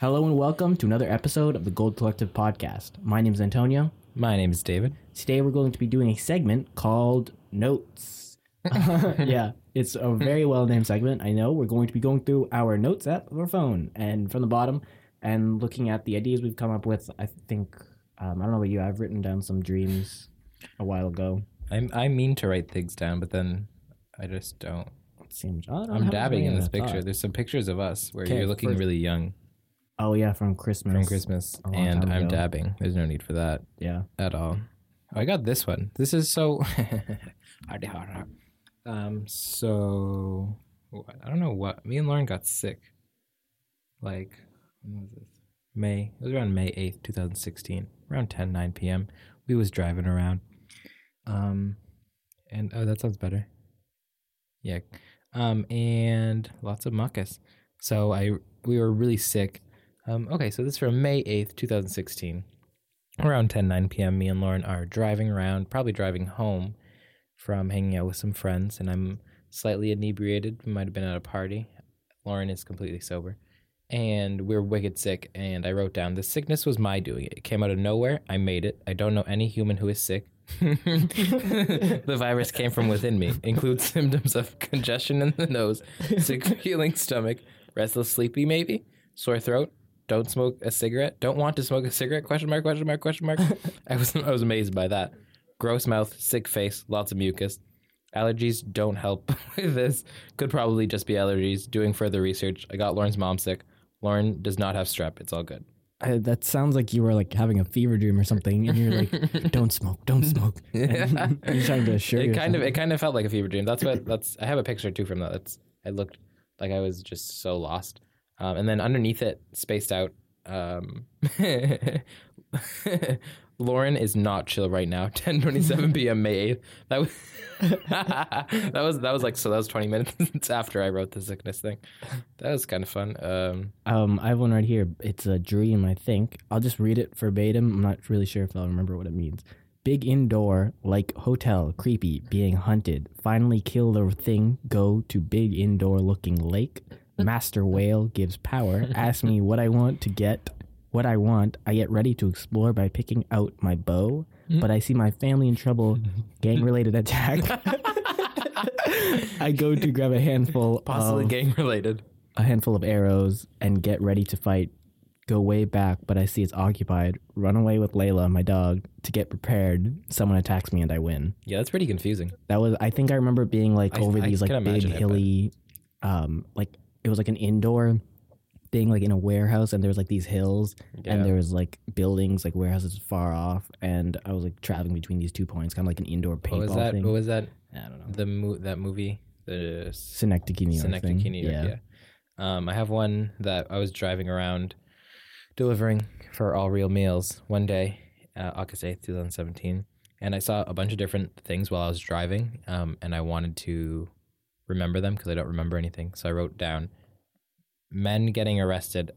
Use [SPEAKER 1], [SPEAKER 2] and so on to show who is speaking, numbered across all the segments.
[SPEAKER 1] Hello and welcome to another episode of the Gold Collective podcast. My name is Antonio.
[SPEAKER 2] My name is David.
[SPEAKER 1] Today we're going to be doing a segment called Notes. yeah, it's a very well named segment. I know. We're going to be going through our notes app of our phone and from the bottom and looking at the ideas we've come up with. I think, um, I don't know about you, I've written down some dreams a while ago.
[SPEAKER 2] I'm, I mean to write things down, but then I just don't.
[SPEAKER 1] Seems, I don't know how
[SPEAKER 2] I'm
[SPEAKER 1] much
[SPEAKER 2] dabbing
[SPEAKER 1] brain
[SPEAKER 2] in this
[SPEAKER 1] I've got.
[SPEAKER 2] picture. There's some pictures of us where
[SPEAKER 1] Okay,
[SPEAKER 2] you're looking
[SPEAKER 1] first-
[SPEAKER 2] really young
[SPEAKER 1] Oh, yeah, from Christmas.
[SPEAKER 2] from Christmas,
[SPEAKER 1] a long
[SPEAKER 2] and
[SPEAKER 1] time
[SPEAKER 2] I'm
[SPEAKER 1] ago.
[SPEAKER 2] dabbing. There's no need for that
[SPEAKER 1] Yeah.
[SPEAKER 2] at all. Oh, I got this one. This is so hard to hard. hard. Um, so what- I don't know what me and Lauren got sick. Like when was this? May. It was around May eighth, two thousand sixteen, around 10, 9 p.m. We was driving around. Um, and oh, that sounds better. Yeah. Um, and lots of mucus. So I we were really sick. Um, okay, so this is from May eighth, two thousand sixteen around 10 9 p.m me and lauren are driving around probably driving home from hanging out with some friends and i'm slightly inebriated we might have been at a party lauren is completely sober and we're wicked sick and i wrote down the sickness was my doing it it came out of nowhere i made it i don't know any human who is sick the virus came from within me includes symptoms of congestion in the nose sick feeling stomach restless sleepy maybe sore throat don't smoke a cigarette don't want to smoke a cigarette question mark question mark question mark i was i was amazed by that gross mouth sick face lots of mucus allergies don't help with this could probably just be allergies doing further research i got lauren's mom sick lauren does not have strep it's all good
[SPEAKER 1] I, that sounds like you were like having a fever dream or something, and you're like, "Don't smoke, don't smoke." And you're trying to assure.
[SPEAKER 2] it kind of
[SPEAKER 1] yourself.
[SPEAKER 2] it kind of felt like a fever dream that's what that's i have a picture too from that that's i looked like i was just so lost um, and then underneath it spaced out um, lauren is not chill right now 10 27 p.m may 8th that was that was that was like so that was 20 minutes after i wrote the sickness thing that was kind of fun um,
[SPEAKER 1] Um, I have one right here. It's a dream, I think. I'll just read it verbatim. I'm not really sure if I'll remember what it means. Big indoor, like hotel, creepy, being hunted. Finally kill the thing, go to big indoor looking lake. Master whale gives power. Ask me what I want to get. What I want, I get ready to explore by picking out my bow, but I see my family in trouble, gang related attack. I go to grab a handful
[SPEAKER 2] possibly
[SPEAKER 1] of
[SPEAKER 2] gang related
[SPEAKER 1] a handful of arrows and get ready to fight. Go way back, but I see it's occupied. Run away with Layla, my dog, to get prepared. Someone attacks me and I win.
[SPEAKER 2] yeah that's pretty confusing
[SPEAKER 1] That was I think I remember being like
[SPEAKER 2] I-
[SPEAKER 1] over
[SPEAKER 2] I
[SPEAKER 1] these like
[SPEAKER 2] can
[SPEAKER 1] big
[SPEAKER 2] imagine it, but-
[SPEAKER 1] hilly um like it was like an indoor thing like in a warehouse and there was like these hills
[SPEAKER 2] Yeah.
[SPEAKER 1] and there was like buildings like warehouses far off and I was like traveling between these two points kind of like an indoor paintball
[SPEAKER 2] what was that
[SPEAKER 1] thing.
[SPEAKER 2] what was that
[SPEAKER 1] I don't know.
[SPEAKER 2] the mo- that movie the
[SPEAKER 1] Synecdoche, New York thing.
[SPEAKER 2] Synecdoche, New York. Yeah. Um, I have one that I was driving around delivering for All Real Meals one day, uh, August 8th, 2017. And I saw a bunch of different things while I was driving. Um, and I wanted to remember them because I don't remember anything. So I wrote down men getting arrested.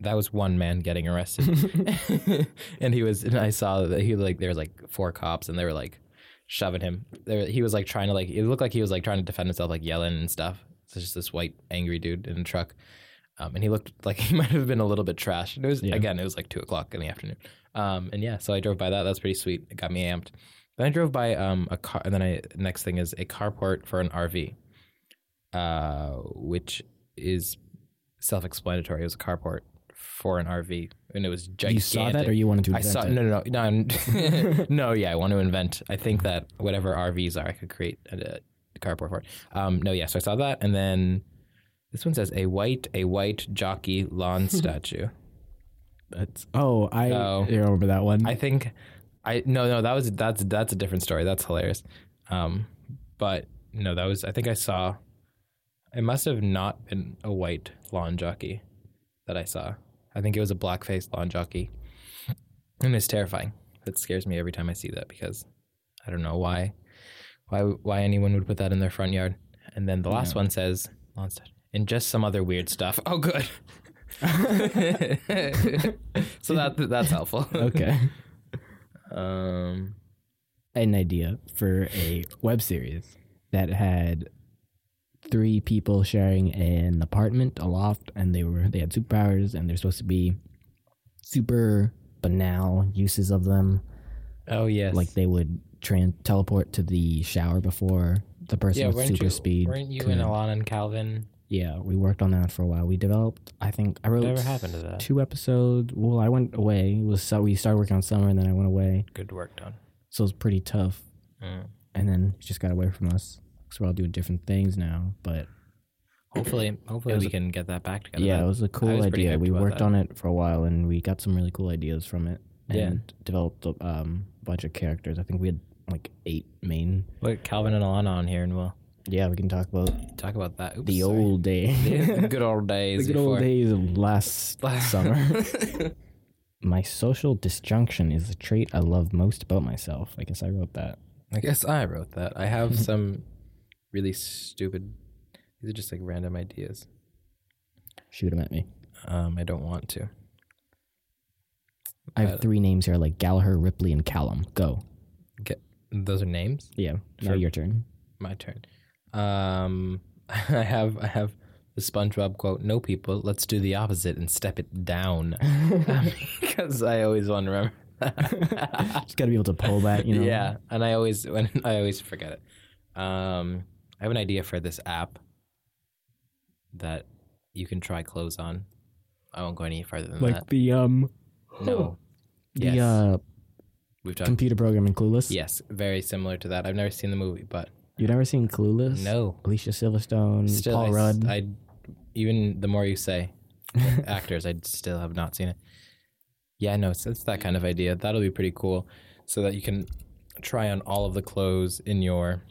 [SPEAKER 2] That was one man getting arrested. and he was, and I saw that he like, there was like four cops and they were like shoving him. They were, he was like trying to like, it looked like he was like trying to defend himself, like yelling and stuff. It's just this white, angry dude in a truck. Um, and he looked like he might have been a little bit trash. And it was
[SPEAKER 1] Yeah.
[SPEAKER 2] again, it was like two o'clock in the afternoon. Um, and yeah, so I drove by that. That's pretty sweet. It got me amped. Then I drove by um, a car, and then I next thing is a carport for an RV, uh, which is self-explanatory. It was a carport for an RV, and it was gigantic.
[SPEAKER 1] You saw that or you wanted to
[SPEAKER 2] I saw
[SPEAKER 1] invent it?
[SPEAKER 2] no, no, no, no, no. Yeah, I want to invent. I think that whatever RVs are, I could create a, a carport for it. Um, no, yeah. So I saw that, and then this one says a white, a white jockey lawn statue.
[SPEAKER 1] That's oh, I
[SPEAKER 2] Oh.
[SPEAKER 1] you remember that one.
[SPEAKER 2] I think I no no that was that's that's a different story. That's hilarious. Um, but no, that was I think I saw. It must have not been a white lawn jockey that I saw. I think it was a black faced lawn jockey, and it's terrifying. It scares me every time I see that because I don't know why why why anyone would put that in their front yard. And then the last one says lawn statue and just some other weird stuff. Oh, good. so that that's helpful.
[SPEAKER 1] okay.
[SPEAKER 2] Um,
[SPEAKER 1] an idea for a web series that had three people sharing an apartment, a loft, and they were they had superpowers, and they're supposed to be super banal uses of them.
[SPEAKER 2] Oh yes.
[SPEAKER 1] Like they would tran teleport to the shower before the person
[SPEAKER 2] yeah,
[SPEAKER 1] with
[SPEAKER 2] weren't
[SPEAKER 1] super
[SPEAKER 2] you,
[SPEAKER 1] speed.
[SPEAKER 2] Weren't you
[SPEAKER 1] could-
[SPEAKER 2] and Alana and Calvin?
[SPEAKER 1] Yeah, we worked on that for a while. We developed. I think I wrote
[SPEAKER 2] Whatever happened to that?
[SPEAKER 1] two episodes. Well, I went away. It was so we started working on summer, and then I went away.
[SPEAKER 2] Good work done.
[SPEAKER 1] So it was pretty tough.
[SPEAKER 2] Mm.
[SPEAKER 1] And then it just got away from us because we're all doing different things now. But
[SPEAKER 2] Hopefully, hopefully
[SPEAKER 1] It was
[SPEAKER 2] we
[SPEAKER 1] a-
[SPEAKER 2] can get that back together.
[SPEAKER 1] yeah, it
[SPEAKER 2] but
[SPEAKER 1] was a cool
[SPEAKER 2] was pretty
[SPEAKER 1] idea.
[SPEAKER 2] hyped
[SPEAKER 1] We
[SPEAKER 2] about
[SPEAKER 1] worked
[SPEAKER 2] that.
[SPEAKER 1] on it for a while, and we got some really cool ideas from it. And
[SPEAKER 2] Yeah.
[SPEAKER 1] developed a um, bunch of characters. I think we had like eight main.
[SPEAKER 2] Look, Calvin and Alana on here, and we'll
[SPEAKER 1] Yeah, we can talk about
[SPEAKER 2] talk about that. Oops,
[SPEAKER 1] the
[SPEAKER 2] sorry.
[SPEAKER 1] old days.
[SPEAKER 2] the good old days.
[SPEAKER 1] the good old
[SPEAKER 2] before-
[SPEAKER 1] days of last summer. My social disjunction is the trait I love most about myself. I guess I wrote that.
[SPEAKER 2] I guess I wrote that. I have some really stupid. These are just like random ideas.
[SPEAKER 1] Shoot them at me.
[SPEAKER 2] Um, I don't want to.
[SPEAKER 1] I have three names here, like Gallagher, Ripley, and Callum. Go.
[SPEAKER 2] Get those are names.
[SPEAKER 1] Yeah. Now
[SPEAKER 2] Sure.
[SPEAKER 1] your turn.
[SPEAKER 2] My turn. Um, I have I have the SpongeBob quote. No people. Let's do the opposite and step it down. Because I always want to remember. that.
[SPEAKER 1] Just got to be able to pull that, you know?
[SPEAKER 2] Yeah, and I always when I always forget it. Um, I have an idea for this app that you can try clothes on. I won't go any further than
[SPEAKER 1] Like the, um,
[SPEAKER 2] that. No,
[SPEAKER 1] the
[SPEAKER 2] Uh, Yes.
[SPEAKER 1] uh,
[SPEAKER 2] we've done.
[SPEAKER 1] computer program in Clueless.
[SPEAKER 2] yes, very similar to that. I've never seen the movie, but
[SPEAKER 1] You've never seen Clueless?
[SPEAKER 2] no.
[SPEAKER 1] Alicia Silverstone,
[SPEAKER 2] Still,
[SPEAKER 1] Mm, Paul
[SPEAKER 2] I,
[SPEAKER 1] Rudd.
[SPEAKER 2] I even the more you say actors, I still have not seen it. Yeah, no, it's, it's that kind of idea. That'll be pretty cool, so that you can try on all of the clothes in your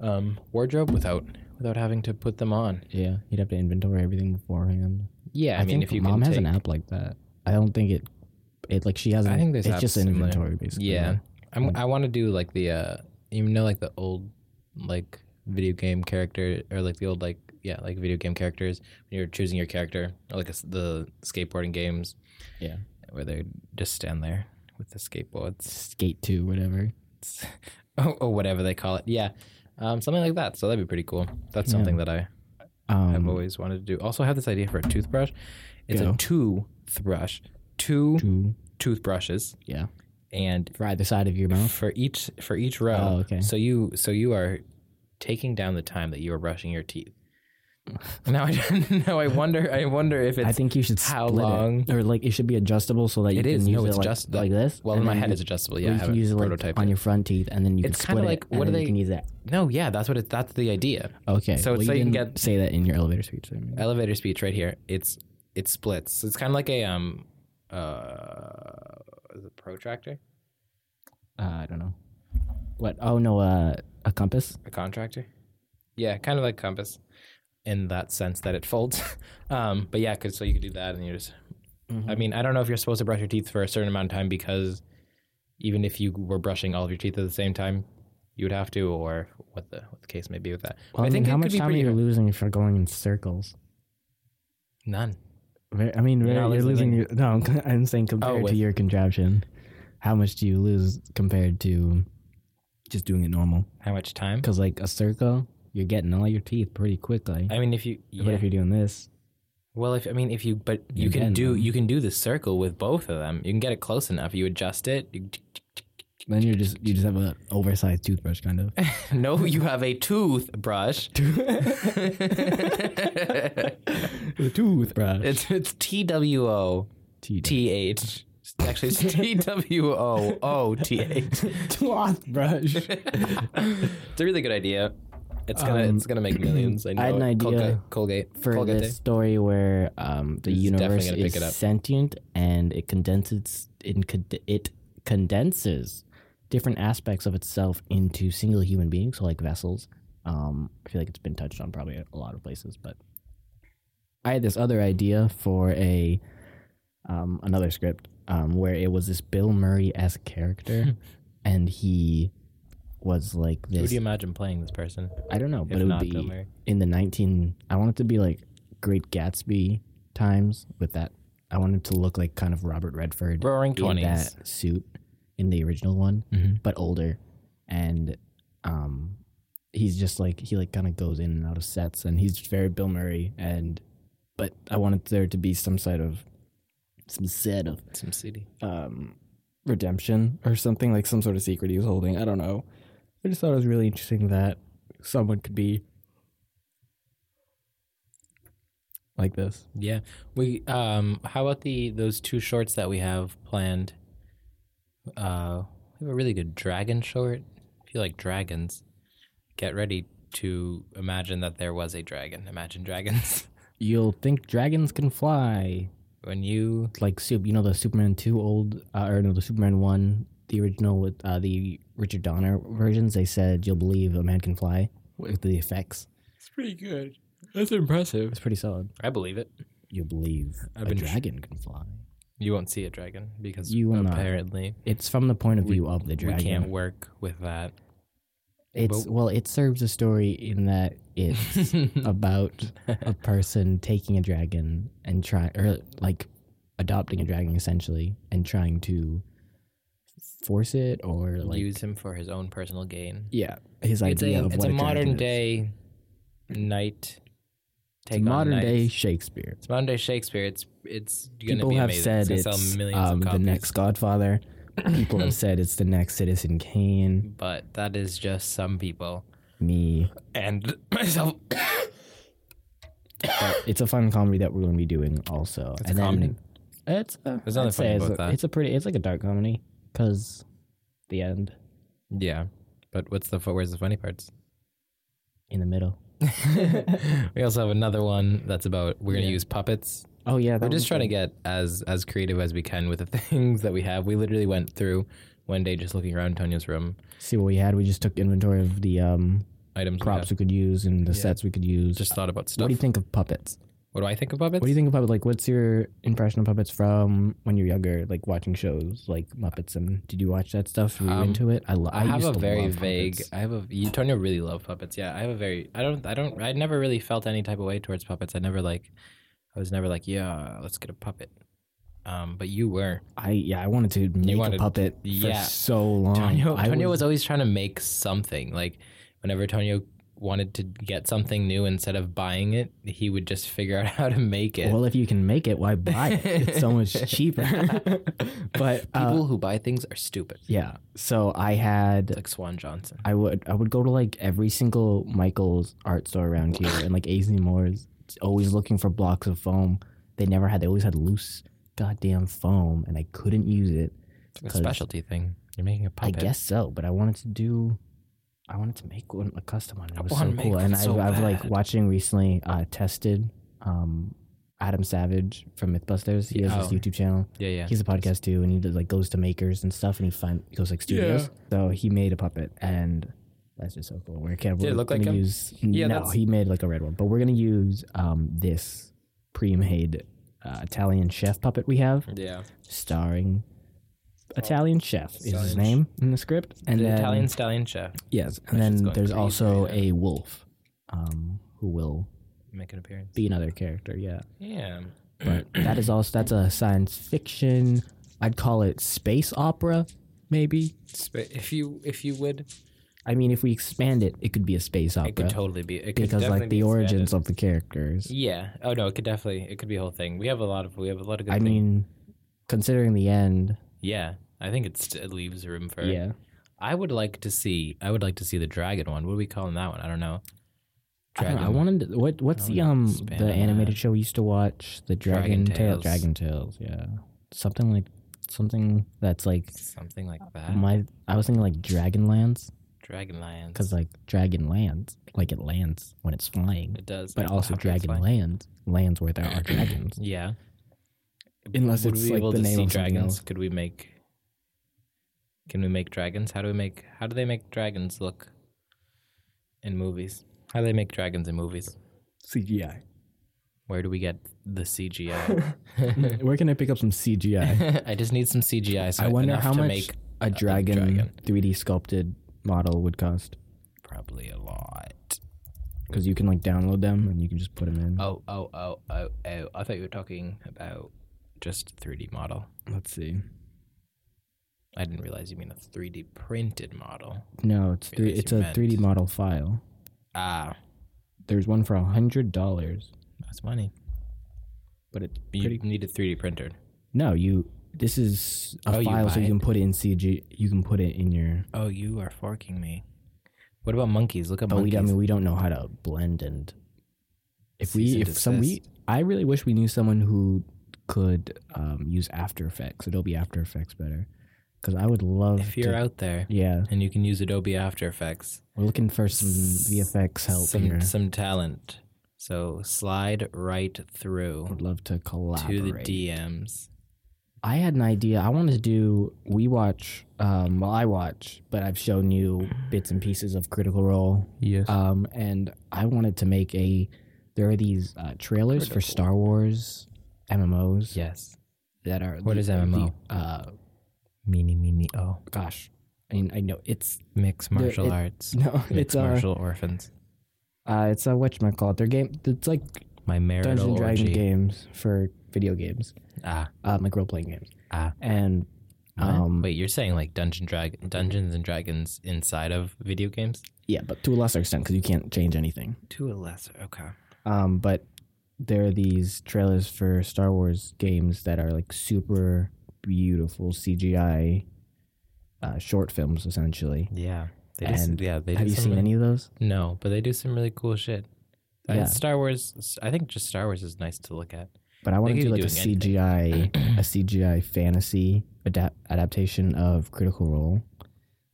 [SPEAKER 2] um, wardrobe without without having to put them on.
[SPEAKER 1] yeah. You'd have to inventory everything beforehand.
[SPEAKER 2] Yeah, I, mean,
[SPEAKER 1] think
[SPEAKER 2] if you
[SPEAKER 1] mom
[SPEAKER 2] can
[SPEAKER 1] has
[SPEAKER 2] take,
[SPEAKER 1] an app like that. I don't think it. It like she has.
[SPEAKER 2] I
[SPEAKER 1] an-
[SPEAKER 2] think there's
[SPEAKER 1] it's just
[SPEAKER 2] apps
[SPEAKER 1] an
[SPEAKER 2] similar.
[SPEAKER 1] inventory basically.
[SPEAKER 2] yeah, I'm, I want to do like the uh, you know like the old like video game character or like the old like yeah like video game characters when you're choosing your character or like a s the skateboarding games
[SPEAKER 1] yeah.
[SPEAKER 2] where they just stand there with the skateboards
[SPEAKER 1] Skate two, whatever.
[SPEAKER 2] or, or whatever they call it. Yeah, um, something like that. So that'd be pretty cool. That's something that I
[SPEAKER 1] Um,
[SPEAKER 2] I've always wanted to do. Also, I have this idea for a toothbrush. It's
[SPEAKER 1] Go.
[SPEAKER 2] a toothbrush, two
[SPEAKER 1] two,
[SPEAKER 2] toothbrushes,
[SPEAKER 1] yeah,
[SPEAKER 2] and
[SPEAKER 1] for either side of your mouth.
[SPEAKER 2] for each for each row.
[SPEAKER 1] Oh, okay.
[SPEAKER 2] So you so you are taking down the time that you are brushing your teeth. now I now I wonder I wonder if it's
[SPEAKER 1] I think you should
[SPEAKER 2] how
[SPEAKER 1] split it.
[SPEAKER 2] long-
[SPEAKER 1] or like it should be adjustable so that you
[SPEAKER 2] it
[SPEAKER 1] can
[SPEAKER 2] is
[SPEAKER 1] use
[SPEAKER 2] no it's
[SPEAKER 1] it like,
[SPEAKER 2] just
[SPEAKER 1] like this.
[SPEAKER 2] Well,
[SPEAKER 1] and
[SPEAKER 2] in my
[SPEAKER 1] then
[SPEAKER 2] head
[SPEAKER 1] you,
[SPEAKER 2] it's adjustable.
[SPEAKER 1] or
[SPEAKER 2] Yeah, I
[SPEAKER 1] you
[SPEAKER 2] haven't
[SPEAKER 1] can use it like
[SPEAKER 2] prototyped
[SPEAKER 1] on
[SPEAKER 2] it.
[SPEAKER 1] your front teeth, and then you
[SPEAKER 2] It's
[SPEAKER 1] can
[SPEAKER 2] kinda
[SPEAKER 1] split
[SPEAKER 2] like,
[SPEAKER 1] it. and
[SPEAKER 2] what
[SPEAKER 1] then
[SPEAKER 2] do
[SPEAKER 1] you can
[SPEAKER 2] they-
[SPEAKER 1] use that.
[SPEAKER 2] No, yeah, that's what it, that's the idea.
[SPEAKER 1] Okay,
[SPEAKER 2] So
[SPEAKER 1] well,
[SPEAKER 2] it's so you can
[SPEAKER 1] didn't
[SPEAKER 2] get-
[SPEAKER 1] say that in your elevator speech. I mean.
[SPEAKER 2] elevator speech right here. It's it splits. It's kind of like a um uh is it protractor,
[SPEAKER 1] Uh, I don't know. What? Oh no, uh, a compass.
[SPEAKER 2] a contractor. Yeah, kind of like compass in that sense that it folds. um, but yeah, cause so you could do that and you just. Mm-hmm. I mean, I don't know if you're supposed to brush your teeth for a certain amount of time because even if you were brushing all of your teeth at the same time, you would have to, or what the what the case may be with that. But
[SPEAKER 1] Well, I,
[SPEAKER 2] I think
[SPEAKER 1] mean,
[SPEAKER 2] it
[SPEAKER 1] how
[SPEAKER 2] could
[SPEAKER 1] much
[SPEAKER 2] be
[SPEAKER 1] time are
[SPEAKER 2] pretty-
[SPEAKER 1] you losing for going in circles?
[SPEAKER 2] none.
[SPEAKER 1] Ver- I mean,
[SPEAKER 2] You're
[SPEAKER 1] very,
[SPEAKER 2] not
[SPEAKER 1] you're,
[SPEAKER 2] losing Oh,
[SPEAKER 1] losing. Your, no, I'm, c- I'm saying compared to
[SPEAKER 2] with-
[SPEAKER 1] your contraption, how much do you lose compared to just doing it normal?
[SPEAKER 2] How much time?
[SPEAKER 1] Because like a circle, you're getting all your teeth pretty quickly.
[SPEAKER 2] I mean, if you
[SPEAKER 1] But
[SPEAKER 2] yeah.
[SPEAKER 1] if you're doing this,
[SPEAKER 2] Well, if I mean, if you but
[SPEAKER 1] You
[SPEAKER 2] you can
[SPEAKER 1] can,
[SPEAKER 2] do
[SPEAKER 1] though.
[SPEAKER 2] you can do the circle with both of them. You can get it close enough. You adjust it. You-
[SPEAKER 1] then you're just you just have an oversized toothbrush, kind of.
[SPEAKER 2] No, you have a toothbrush.
[SPEAKER 1] the toothbrush.
[SPEAKER 2] it's it's T W O T H. Actually, it's T W O O T H.
[SPEAKER 1] toothbrush.
[SPEAKER 2] It's a really good idea. It's gonna
[SPEAKER 1] Um,
[SPEAKER 2] it's gonna make millions. I know.
[SPEAKER 1] I had
[SPEAKER 2] it.
[SPEAKER 1] an idea
[SPEAKER 2] Colgate, Colgate
[SPEAKER 1] for
[SPEAKER 2] Colgate.
[SPEAKER 1] this story where um, the
[SPEAKER 2] It's
[SPEAKER 1] universe
[SPEAKER 2] definitely gonna
[SPEAKER 1] is
[SPEAKER 2] pick it up.
[SPEAKER 1] sentient and it condenses it, con- it condenses different aspects of itself into single human beings, so like vessels. Um, I feel like it's been touched on probably a lot of places, but I had this other idea for a um, another script um, where it was this Bill Murray esque character, and he was like
[SPEAKER 2] Who
[SPEAKER 1] this
[SPEAKER 2] do you imagine playing this person?
[SPEAKER 1] I don't know, but
[SPEAKER 2] If
[SPEAKER 1] it would
[SPEAKER 2] not
[SPEAKER 1] be
[SPEAKER 2] Bill Murray.
[SPEAKER 1] in the 19. I want it to be like Great Gatsby times with that. I want him to look like kind of Robert Redford
[SPEAKER 2] Roaring
[SPEAKER 1] in
[SPEAKER 2] twenties.
[SPEAKER 1] that
[SPEAKER 2] Mm-hmm.
[SPEAKER 1] suit in the original one,
[SPEAKER 2] Mhm.
[SPEAKER 1] but older. And um, he's just like he like kind of goes in and out of sets, and he's very Bill Murray. And but I wanted there to be some sort of some set of
[SPEAKER 2] Some city.
[SPEAKER 1] um, redemption or something like some sort of secret he was holding. I don't know. I just thought it was really interesting that someone could be like this.
[SPEAKER 2] Yeah. We um how about the those two shorts that we have planned? Uh we have a really good dragon short. If you like dragons, get ready to imagine that there was a dragon. Imagine dragons.
[SPEAKER 1] You'll think dragons can fly,
[SPEAKER 2] when you
[SPEAKER 1] It's like soup. You know the Superman two old uh, or no the Superman one, the original with uh, the Richard Donner versions. They said you'll believe a man can fly with the effects.
[SPEAKER 2] It's pretty good. That's impressive.
[SPEAKER 1] It's pretty solid.
[SPEAKER 2] I believe it.
[SPEAKER 1] You'll believe
[SPEAKER 2] I've
[SPEAKER 1] a
[SPEAKER 2] been-
[SPEAKER 1] dragon can fly.
[SPEAKER 2] You won't see a dragon because
[SPEAKER 1] You will not.
[SPEAKER 2] apparently
[SPEAKER 1] It's from the point of view of the dragon.
[SPEAKER 2] we can't work with that.
[SPEAKER 1] It's
[SPEAKER 2] But-
[SPEAKER 1] well, it serves a story in that it's about a person taking a dragon and try or like adopting a dragon essentially and trying to force it or like
[SPEAKER 2] Use him for his own personal gain.
[SPEAKER 1] yeah, his
[SPEAKER 2] It's
[SPEAKER 1] idea
[SPEAKER 2] a
[SPEAKER 1] of
[SPEAKER 2] it's
[SPEAKER 1] what
[SPEAKER 2] a
[SPEAKER 1] dragon
[SPEAKER 2] modern
[SPEAKER 1] is.
[SPEAKER 2] day knight.
[SPEAKER 1] It's
[SPEAKER 2] on
[SPEAKER 1] modern
[SPEAKER 2] knights.
[SPEAKER 1] day Shakespeare.
[SPEAKER 2] It's modern day Shakespeare. It's it's gonna
[SPEAKER 1] People
[SPEAKER 2] be
[SPEAKER 1] have
[SPEAKER 2] amazing.
[SPEAKER 1] said
[SPEAKER 2] it's
[SPEAKER 1] it's,
[SPEAKER 2] gonna sell millions
[SPEAKER 1] um,
[SPEAKER 2] of
[SPEAKER 1] the
[SPEAKER 2] copies.
[SPEAKER 1] next Godfather. People have said it's the next Citizen Kane.
[SPEAKER 2] But that is just some people
[SPEAKER 1] Me,
[SPEAKER 2] and myself.
[SPEAKER 1] But it's a fun comedy that we're going to be doing also.
[SPEAKER 2] It's a comedy?
[SPEAKER 1] Then, it's a,
[SPEAKER 2] There's nothing
[SPEAKER 1] I'd say
[SPEAKER 2] funny
[SPEAKER 1] it's,
[SPEAKER 2] about
[SPEAKER 1] a,
[SPEAKER 2] that.
[SPEAKER 1] it's a pretty. It's like a dark comedy because the end
[SPEAKER 2] yeah, but what's the fu- where's the funny parts?
[SPEAKER 1] in the middle.
[SPEAKER 2] we also have another one that's about we're gonna
[SPEAKER 1] Yeah.
[SPEAKER 2] use puppets.
[SPEAKER 1] Oh yeah,
[SPEAKER 2] We're just trying to get as as creative as we can with the things that we have. We literally went through one day just looking around Tonya's room.
[SPEAKER 1] see what we had. We just took inventory of the um,
[SPEAKER 2] Items we
[SPEAKER 1] props
[SPEAKER 2] have.
[SPEAKER 1] we could use and the
[SPEAKER 2] Yeah.
[SPEAKER 1] sets we could use.
[SPEAKER 2] Just thought about stuff.
[SPEAKER 1] what do you think of puppets?
[SPEAKER 2] What do I think of puppets?
[SPEAKER 1] What do you think of puppets? Like, what's your impression of puppets from when you're younger? Like watching shows like Muppets and did you watch that stuff? Were you
[SPEAKER 2] Um,
[SPEAKER 1] into it? I, lo-
[SPEAKER 2] I, have
[SPEAKER 1] used
[SPEAKER 2] a
[SPEAKER 1] to
[SPEAKER 2] very
[SPEAKER 1] love
[SPEAKER 2] vague.
[SPEAKER 1] puppets.
[SPEAKER 2] I have a. You, Tonya really loved puppets. Yeah, I have a very. I don't. I don't. I never really felt any type of way towards puppets. I never like. I was never like, yeah, let's get a puppet. Um, but you were.
[SPEAKER 1] I yeah, I wanted to make
[SPEAKER 2] wanted-
[SPEAKER 1] a puppet for
[SPEAKER 2] yeah.
[SPEAKER 1] so long.
[SPEAKER 2] Tonya,
[SPEAKER 1] I
[SPEAKER 2] Tonya was always trying to make something. Like, whenever Tonya wanted to get something new, instead of buying it, he would just figure out how to make it.
[SPEAKER 1] well, if you can make it, why buy it? It's so much cheaper. but uh,
[SPEAKER 2] People who buy things are stupid.
[SPEAKER 1] yeah, so I had
[SPEAKER 2] Like Swan Johnson.
[SPEAKER 1] I would I would go to like every single Michael's art store around here and like Aisley Moore's always looking for blocks of foam. They never had they always had loose goddamn foam and I couldn't use it.
[SPEAKER 2] It's like a
[SPEAKER 1] 'cause
[SPEAKER 2] specialty thing. You're making a
[SPEAKER 1] I
[SPEAKER 2] puppet.
[SPEAKER 1] guess so, but I wanted to do I wanted to make one a custom one. It was
[SPEAKER 2] wanna
[SPEAKER 1] so
[SPEAKER 2] make
[SPEAKER 1] cool.
[SPEAKER 2] one
[SPEAKER 1] And
[SPEAKER 2] so
[SPEAKER 1] I've, I've like
[SPEAKER 2] bad.
[SPEAKER 1] watching recently uh tested um Adam Savage from Mythbusters. He has
[SPEAKER 2] Oh.
[SPEAKER 1] this YouTube channel.
[SPEAKER 2] Yeah, yeah.
[SPEAKER 1] He's a podcast too, and he does, like goes to makers and stuff, and he find he goes like studios. So he made a puppet, and that's just so cool. We're kind of
[SPEAKER 2] Did it
[SPEAKER 1] we're
[SPEAKER 2] look like
[SPEAKER 1] gonna
[SPEAKER 2] him?
[SPEAKER 1] use
[SPEAKER 2] Yeah,
[SPEAKER 1] no,
[SPEAKER 2] that's-
[SPEAKER 1] he made like a red one, but we're gonna use um this pre-made uh, Italian chef puppet we have,
[SPEAKER 2] yeah.
[SPEAKER 1] starring Italian chef is his
[SPEAKER 2] Italian
[SPEAKER 1] name in the script, and
[SPEAKER 2] the
[SPEAKER 1] then,
[SPEAKER 2] Italian stallion chef
[SPEAKER 1] yes,
[SPEAKER 2] That
[SPEAKER 1] and
[SPEAKER 2] shit's
[SPEAKER 1] then
[SPEAKER 2] going
[SPEAKER 1] there's
[SPEAKER 2] crazy
[SPEAKER 1] also
[SPEAKER 2] right now.
[SPEAKER 1] a wolf, um who will
[SPEAKER 2] make an appearance.
[SPEAKER 1] be another character. Yeah,
[SPEAKER 2] Yeah.
[SPEAKER 1] but that is also that's a science fiction. I'd call it space opera, maybe.
[SPEAKER 2] Sp- If you if you would,
[SPEAKER 1] I mean, if we expand it, it could be a space opera
[SPEAKER 2] it could totally be. It could
[SPEAKER 1] because
[SPEAKER 2] definitely
[SPEAKER 1] like the
[SPEAKER 2] be
[SPEAKER 1] origins
[SPEAKER 2] expanded.
[SPEAKER 1] of the characters.
[SPEAKER 2] Yeah. Oh no, it could definitely. It could be a whole thing. We have a lot of. We have a lot of good.
[SPEAKER 1] I
[SPEAKER 2] things.
[SPEAKER 1] mean, considering the end,
[SPEAKER 2] Yeah. I think it's, it leaves room for.
[SPEAKER 1] yeah,
[SPEAKER 2] I would like to see. I would like to see the dragon one. What are we calling that one? I don't know.
[SPEAKER 1] I, don't know, I wanted to, what what's
[SPEAKER 2] I
[SPEAKER 1] the
[SPEAKER 2] wanna
[SPEAKER 1] um
[SPEAKER 2] expand
[SPEAKER 1] the
[SPEAKER 2] on
[SPEAKER 1] animated
[SPEAKER 2] that.
[SPEAKER 1] show we used to watch, the Dragon,
[SPEAKER 2] Dragon
[SPEAKER 1] Tale,
[SPEAKER 2] Tales.
[SPEAKER 1] Dragon Tales, yeah, something like something that's like
[SPEAKER 2] something like that.
[SPEAKER 1] my I was thinking like Dragonlands
[SPEAKER 2] dragon lions.
[SPEAKER 1] because like dragon lands like it lands when it's flying,
[SPEAKER 2] it does.
[SPEAKER 1] but
[SPEAKER 2] like,
[SPEAKER 1] also
[SPEAKER 2] how it's
[SPEAKER 1] dragon
[SPEAKER 2] like-
[SPEAKER 1] lands lands where there are dragons.
[SPEAKER 2] Yeah.
[SPEAKER 1] Unless
[SPEAKER 2] Would
[SPEAKER 1] it's,
[SPEAKER 2] we be
[SPEAKER 1] like,
[SPEAKER 2] able
[SPEAKER 1] the
[SPEAKER 2] to
[SPEAKER 1] name
[SPEAKER 2] see
[SPEAKER 1] of something
[SPEAKER 2] dragons?
[SPEAKER 1] else.
[SPEAKER 2] Could we make? Can we make dragons? How do we make? How do they make dragons look? In movies, how do they make dragons in movies?
[SPEAKER 1] CGI.
[SPEAKER 2] Where do we get the CGI?
[SPEAKER 1] Where can I pick up some CGI?
[SPEAKER 2] I just need some CGI. So
[SPEAKER 1] I wonder
[SPEAKER 2] enough
[SPEAKER 1] how
[SPEAKER 2] to
[SPEAKER 1] much
[SPEAKER 2] Make
[SPEAKER 1] a dragon,
[SPEAKER 2] dragon.
[SPEAKER 1] 3D sculpted model would cost
[SPEAKER 2] probably a lot.
[SPEAKER 1] because you can like download them and you can just put them in.
[SPEAKER 2] Oh, oh, oh, oh, oh! I thought you were talking about just 3D model.
[SPEAKER 1] Let's see.
[SPEAKER 2] I didn't realize you mean a 3D printed model.
[SPEAKER 1] No, it's three,
[SPEAKER 2] Realize
[SPEAKER 1] it's
[SPEAKER 2] you
[SPEAKER 1] a
[SPEAKER 2] meant.
[SPEAKER 1] 3D model file.
[SPEAKER 2] Ah,
[SPEAKER 1] There's one for a hundred dollars,
[SPEAKER 2] that's money.
[SPEAKER 1] but it's
[SPEAKER 2] You
[SPEAKER 1] pretty.
[SPEAKER 2] need it 3D printed.
[SPEAKER 1] No, you. This is a
[SPEAKER 2] Oh, you
[SPEAKER 1] file, so
[SPEAKER 2] buy
[SPEAKER 1] you
[SPEAKER 2] it?
[SPEAKER 1] can put it in CG. You can put it in your.
[SPEAKER 2] Oh, you are forking me. What about monkeys? Look at
[SPEAKER 1] But Oh, we,
[SPEAKER 2] monkeys.
[SPEAKER 1] don't- I mean, we don't know how to blend and. If
[SPEAKER 2] Cease
[SPEAKER 1] we,
[SPEAKER 2] and
[SPEAKER 1] if some, we,
[SPEAKER 2] desist.
[SPEAKER 1] I really wish we knew someone who could um, use After Effects, Adobe After Effects better, because I would love.
[SPEAKER 2] if you're
[SPEAKER 1] to,
[SPEAKER 2] out there
[SPEAKER 1] yeah,
[SPEAKER 2] and you can use Adobe After Effects,
[SPEAKER 1] we're looking for some VFX help
[SPEAKER 2] some
[SPEAKER 1] here.
[SPEAKER 2] some talent. So slide right through
[SPEAKER 1] would love to collaborate.
[SPEAKER 2] to the DMs.
[SPEAKER 1] I had an idea. I wanted to do. We watch. Um, well, I watch, but I've shown you bits and pieces of Critical Role.
[SPEAKER 2] Yes.
[SPEAKER 1] Um, and I wanted to make a. There are these uh, trailers for
[SPEAKER 2] Critical.
[SPEAKER 1] Star Wars MMOs
[SPEAKER 2] yes.
[SPEAKER 1] that are.
[SPEAKER 2] What
[SPEAKER 1] the-
[SPEAKER 2] is MMO?
[SPEAKER 1] the, uh,
[SPEAKER 2] Meeny meeny oh.
[SPEAKER 1] gosh, I mean, I know it's
[SPEAKER 2] Mixed martial
[SPEAKER 1] it-
[SPEAKER 2] arts.
[SPEAKER 1] no,
[SPEAKER 2] Mixed
[SPEAKER 1] it's a,
[SPEAKER 2] martial orphans.
[SPEAKER 1] uh, it's a what you call it? Their game. It's like
[SPEAKER 2] My marital
[SPEAKER 1] Dungeon Dragon
[SPEAKER 2] orgy.
[SPEAKER 1] games for video games,
[SPEAKER 2] Ah,
[SPEAKER 1] um, like role playing games,
[SPEAKER 2] ah.
[SPEAKER 1] and
[SPEAKER 2] What?
[SPEAKER 1] um,
[SPEAKER 2] Wait, you're saying like Dungeon Drag- Dungeons and Dragons inside of video games?
[SPEAKER 1] yeah, but to a lesser extent because you can't change anything.
[SPEAKER 2] To a lesser. Okay.
[SPEAKER 1] Um, but there are these trailers for Star Wars games that are like super beautiful CGI uh, short films, essentially.
[SPEAKER 2] Yeah. They do some-
[SPEAKER 1] And
[SPEAKER 2] yeah, they do
[SPEAKER 1] Have you
[SPEAKER 2] some
[SPEAKER 1] seen
[SPEAKER 2] really-
[SPEAKER 1] any of those?
[SPEAKER 2] No, but they do some really cool shit. Uh,
[SPEAKER 1] Yeah.
[SPEAKER 2] Star Wars, I think just Star Wars is nice to look at.
[SPEAKER 1] But I want
[SPEAKER 2] could
[SPEAKER 1] to do
[SPEAKER 2] be
[SPEAKER 1] like a
[SPEAKER 2] doing anything.
[SPEAKER 1] CGI, a CGI fantasy adapt- adaptation of Critical Role.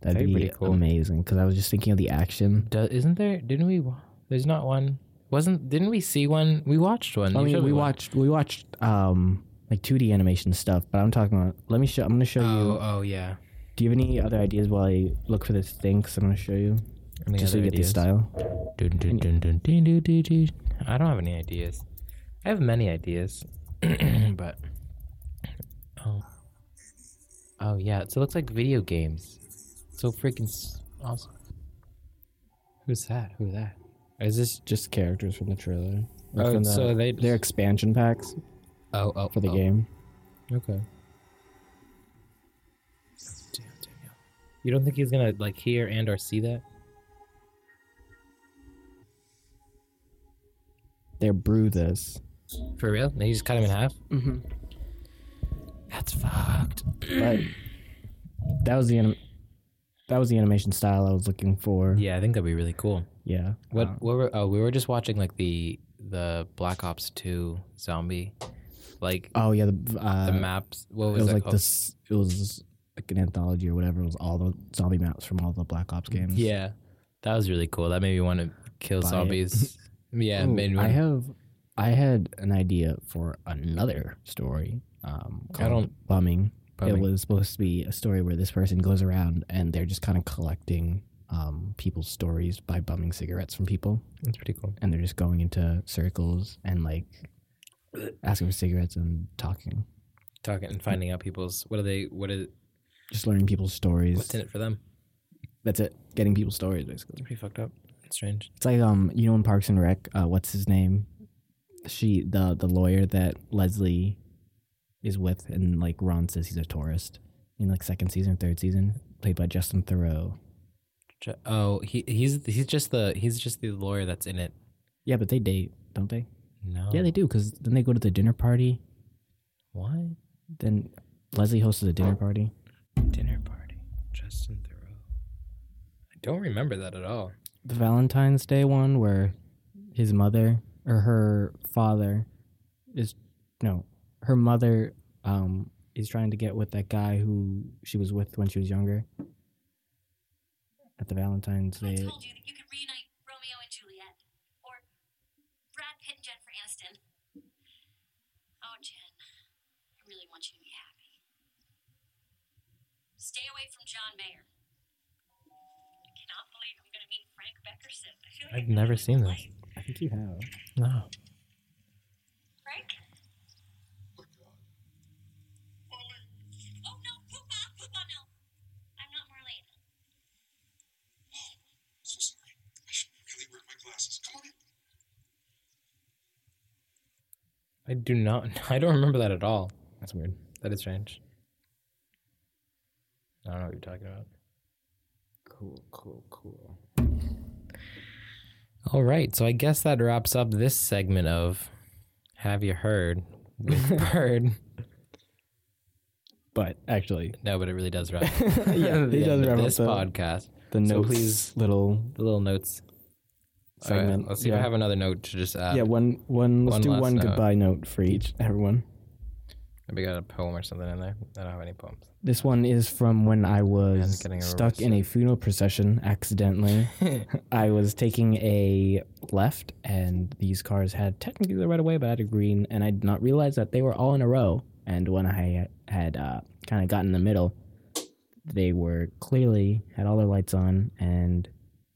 [SPEAKER 1] That'd,
[SPEAKER 2] That'd be
[SPEAKER 1] be,
[SPEAKER 2] pretty cool.
[SPEAKER 1] amazing because I was just thinking of the action.
[SPEAKER 2] Do, isn't there? Didn't we? wa- There's not one. Wasn't? Didn't we see one? Oh, We watched one.
[SPEAKER 1] I
[SPEAKER 2] You showed
[SPEAKER 1] mean, we
[SPEAKER 2] me one.
[SPEAKER 1] watched we watched um like 2D animation stuff, but I'm talking about. Let me show. I'm gonna show
[SPEAKER 2] Oh,
[SPEAKER 1] you.
[SPEAKER 2] oh yeah.
[SPEAKER 1] Do you have any other ideas while I look for this thing? Because I'm gonna show you
[SPEAKER 2] Any
[SPEAKER 1] just so
[SPEAKER 2] other
[SPEAKER 1] you get the
[SPEAKER 2] ideas?
[SPEAKER 1] style.
[SPEAKER 2] Dun, dun, dun, dun, dun, dun, dun, dun. I don't have any ideas. I have many ideas, but oh, oh yeah. So it looks like video games. So freaking s- awesome. Who's that? Who that? Is this?
[SPEAKER 1] just characters from the trailer. Or
[SPEAKER 2] Oh,
[SPEAKER 1] from the-
[SPEAKER 2] so they
[SPEAKER 1] they're expansion packs
[SPEAKER 2] oh oh
[SPEAKER 1] for the
[SPEAKER 2] oh.
[SPEAKER 1] game.
[SPEAKER 2] Okay. Damn, Daniel. You don't think he's gonna like hear and or see that?
[SPEAKER 1] They're brew this.
[SPEAKER 2] For real? They just cut him in half?
[SPEAKER 1] Mm-hmm.
[SPEAKER 2] That's fucked.
[SPEAKER 1] But that was the anim- that was the animation style I was looking for. Yeah.
[SPEAKER 2] Yeah, I think that'd be really cool. What?
[SPEAKER 1] Uh,
[SPEAKER 2] what were? Oh, we were just watching like the the Black Ops Two zombie, like
[SPEAKER 1] oh yeah, the, uh,
[SPEAKER 2] the maps. What
[SPEAKER 1] It
[SPEAKER 2] was,
[SPEAKER 1] was
[SPEAKER 2] that
[SPEAKER 1] like
[SPEAKER 2] called?
[SPEAKER 1] this. It was like an anthology or whatever. It was all the zombie maps from all the Black Ops games.
[SPEAKER 2] Yeah, that was really cool. That made me want to kill
[SPEAKER 1] Buy it.
[SPEAKER 2] zombies. yeah,
[SPEAKER 1] Ooh,
[SPEAKER 2] made me.
[SPEAKER 1] I
[SPEAKER 2] wanna-
[SPEAKER 1] have. I had an idea for another story. Um,
[SPEAKER 2] I
[SPEAKER 1] called
[SPEAKER 2] don't-
[SPEAKER 1] bumming.
[SPEAKER 2] Bumming.
[SPEAKER 1] It was supposed to be a story where this person goes around and they're just kind of collecting um, people's stories by bumming cigarettes from people,
[SPEAKER 2] That's pretty cool.
[SPEAKER 1] and they're just going into circles and like asking for cigarettes and talking,
[SPEAKER 2] Talking and finding out people's what are they? What is
[SPEAKER 1] just learning people's stories.
[SPEAKER 2] what's in it for them?
[SPEAKER 1] That's it, getting people's stories basically.
[SPEAKER 2] Pretty fucked up. Strange.
[SPEAKER 1] It's like um, you know, in Parks and Rec, uh, what's his name? She the the lawyer that Leslie is with, and like Ron says he's a tourist in like second season, third season, played by Justin Thoreau.
[SPEAKER 2] Ju- Oh, he he's he's just the he's just the lawyer that's in it.
[SPEAKER 1] Yeah, but they date, don't they?
[SPEAKER 2] No.
[SPEAKER 1] Yeah, they do because then they go to the dinner party.
[SPEAKER 2] What?
[SPEAKER 1] Then Leslie hosted a dinner
[SPEAKER 2] Oh.
[SPEAKER 1] party.
[SPEAKER 2] Dinner party. Justin Thoreau. I don't remember that at all.
[SPEAKER 1] The Valentine's Day one where his mother or her father is no, her mother um is trying to get with that guy who she was with when she was younger. At the Valentine's
[SPEAKER 3] I
[SPEAKER 1] Day.
[SPEAKER 3] told you that you could reunite Romeo and Juliet, or Brad Pitt and Jennifer Aniston. Oh, Jen, I really want you to be happy. Stay away from John Mayer. I cannot believe I'm going to meet Frank Beckerson. I feel like
[SPEAKER 2] I've
[SPEAKER 3] I've
[SPEAKER 2] never seen
[SPEAKER 3] this.
[SPEAKER 2] this.
[SPEAKER 1] I think you have.
[SPEAKER 2] No.
[SPEAKER 3] Frank? Oh, no, Poopa, Poopa, no. I'm not Marlene.
[SPEAKER 4] Oh, So sorry. I should really wear my glasses. Come on in.
[SPEAKER 2] I do not. I don't remember that at all.
[SPEAKER 1] That's weird.
[SPEAKER 2] That is strange. I don't know what you're talking about.
[SPEAKER 1] Cool, cool, cool.
[SPEAKER 2] All right, so I guess that wraps up this segment of Have You Heard with Bird.
[SPEAKER 1] But actually,
[SPEAKER 2] No, but it really does wrap. up
[SPEAKER 1] Yeah, it
[SPEAKER 2] the
[SPEAKER 1] does
[SPEAKER 2] end of
[SPEAKER 1] wrap up
[SPEAKER 2] this
[SPEAKER 1] the-
[SPEAKER 2] podcast.
[SPEAKER 1] the
[SPEAKER 2] So
[SPEAKER 1] notes
[SPEAKER 2] please-
[SPEAKER 1] little
[SPEAKER 2] The little notes. All right,
[SPEAKER 1] segment.
[SPEAKER 2] let's see if I have another note to just add.
[SPEAKER 1] yeah, one one. Let's
[SPEAKER 2] uh, one
[SPEAKER 1] do
[SPEAKER 2] last
[SPEAKER 1] one
[SPEAKER 2] note.
[SPEAKER 1] goodbye note for each everyone.
[SPEAKER 2] Maybe got a poem or something in there. I don't have any poems.
[SPEAKER 1] This one is from when I
[SPEAKER 2] Man's
[SPEAKER 1] was
[SPEAKER 2] getting a
[SPEAKER 1] stuck in a funeral procession accidentally. I was taking a left, and these cars had technically the right of way, but I had a green, and I did not realize that they were all in a row. And when I had uh, kind of gotten in the middle, they were clearly had all their lights on and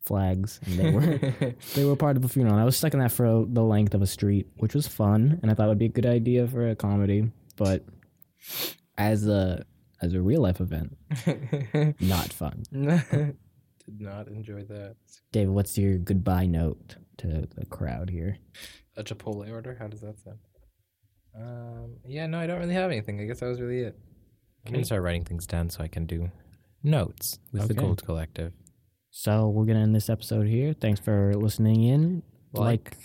[SPEAKER 1] flags, and they were they were part of a funeral. And I was stuck in that for a, the length of a street, which was fun, and I thought would be a good idea for a comedy, but as a as a real life event, not fun.
[SPEAKER 2] Did not enjoy that.
[SPEAKER 1] David, what's your goodbye note to the crowd here?
[SPEAKER 2] A Chipotle order? How does that sound? Um, yeah, no, I don't really have anything. I guess that was really it. I'm gonna start writing things down so I can do notes with the
[SPEAKER 1] Okay.
[SPEAKER 2] Gold Collective.
[SPEAKER 1] So we're gonna end this episode here. Thanks for listening in.
[SPEAKER 2] Like,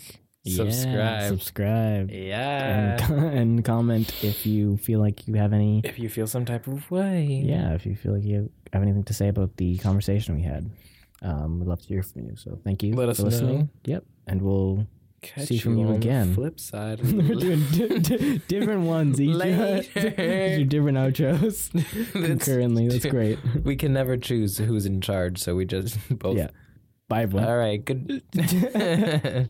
[SPEAKER 1] yeah,
[SPEAKER 2] subscribe.
[SPEAKER 1] subscribe,
[SPEAKER 2] Yeah.
[SPEAKER 1] and, and comment if you feel like you have any.
[SPEAKER 2] if you feel some type of way.
[SPEAKER 1] Yeah, if you feel like you have anything to say about the conversation we had, um, we'd love to hear from you. So thank you
[SPEAKER 2] Let
[SPEAKER 1] for
[SPEAKER 2] us know.
[SPEAKER 1] listening. Yep, and we'll
[SPEAKER 2] Catch
[SPEAKER 1] See from you
[SPEAKER 2] on the
[SPEAKER 1] again.
[SPEAKER 2] flip side.
[SPEAKER 1] we're doing di- di- different ones each.
[SPEAKER 2] Later.
[SPEAKER 1] Your different outros concurrently. That's great.
[SPEAKER 2] we can never choose who's in charge, so we just both.
[SPEAKER 1] Yeah. Bye, everyone.
[SPEAKER 2] All right. Good.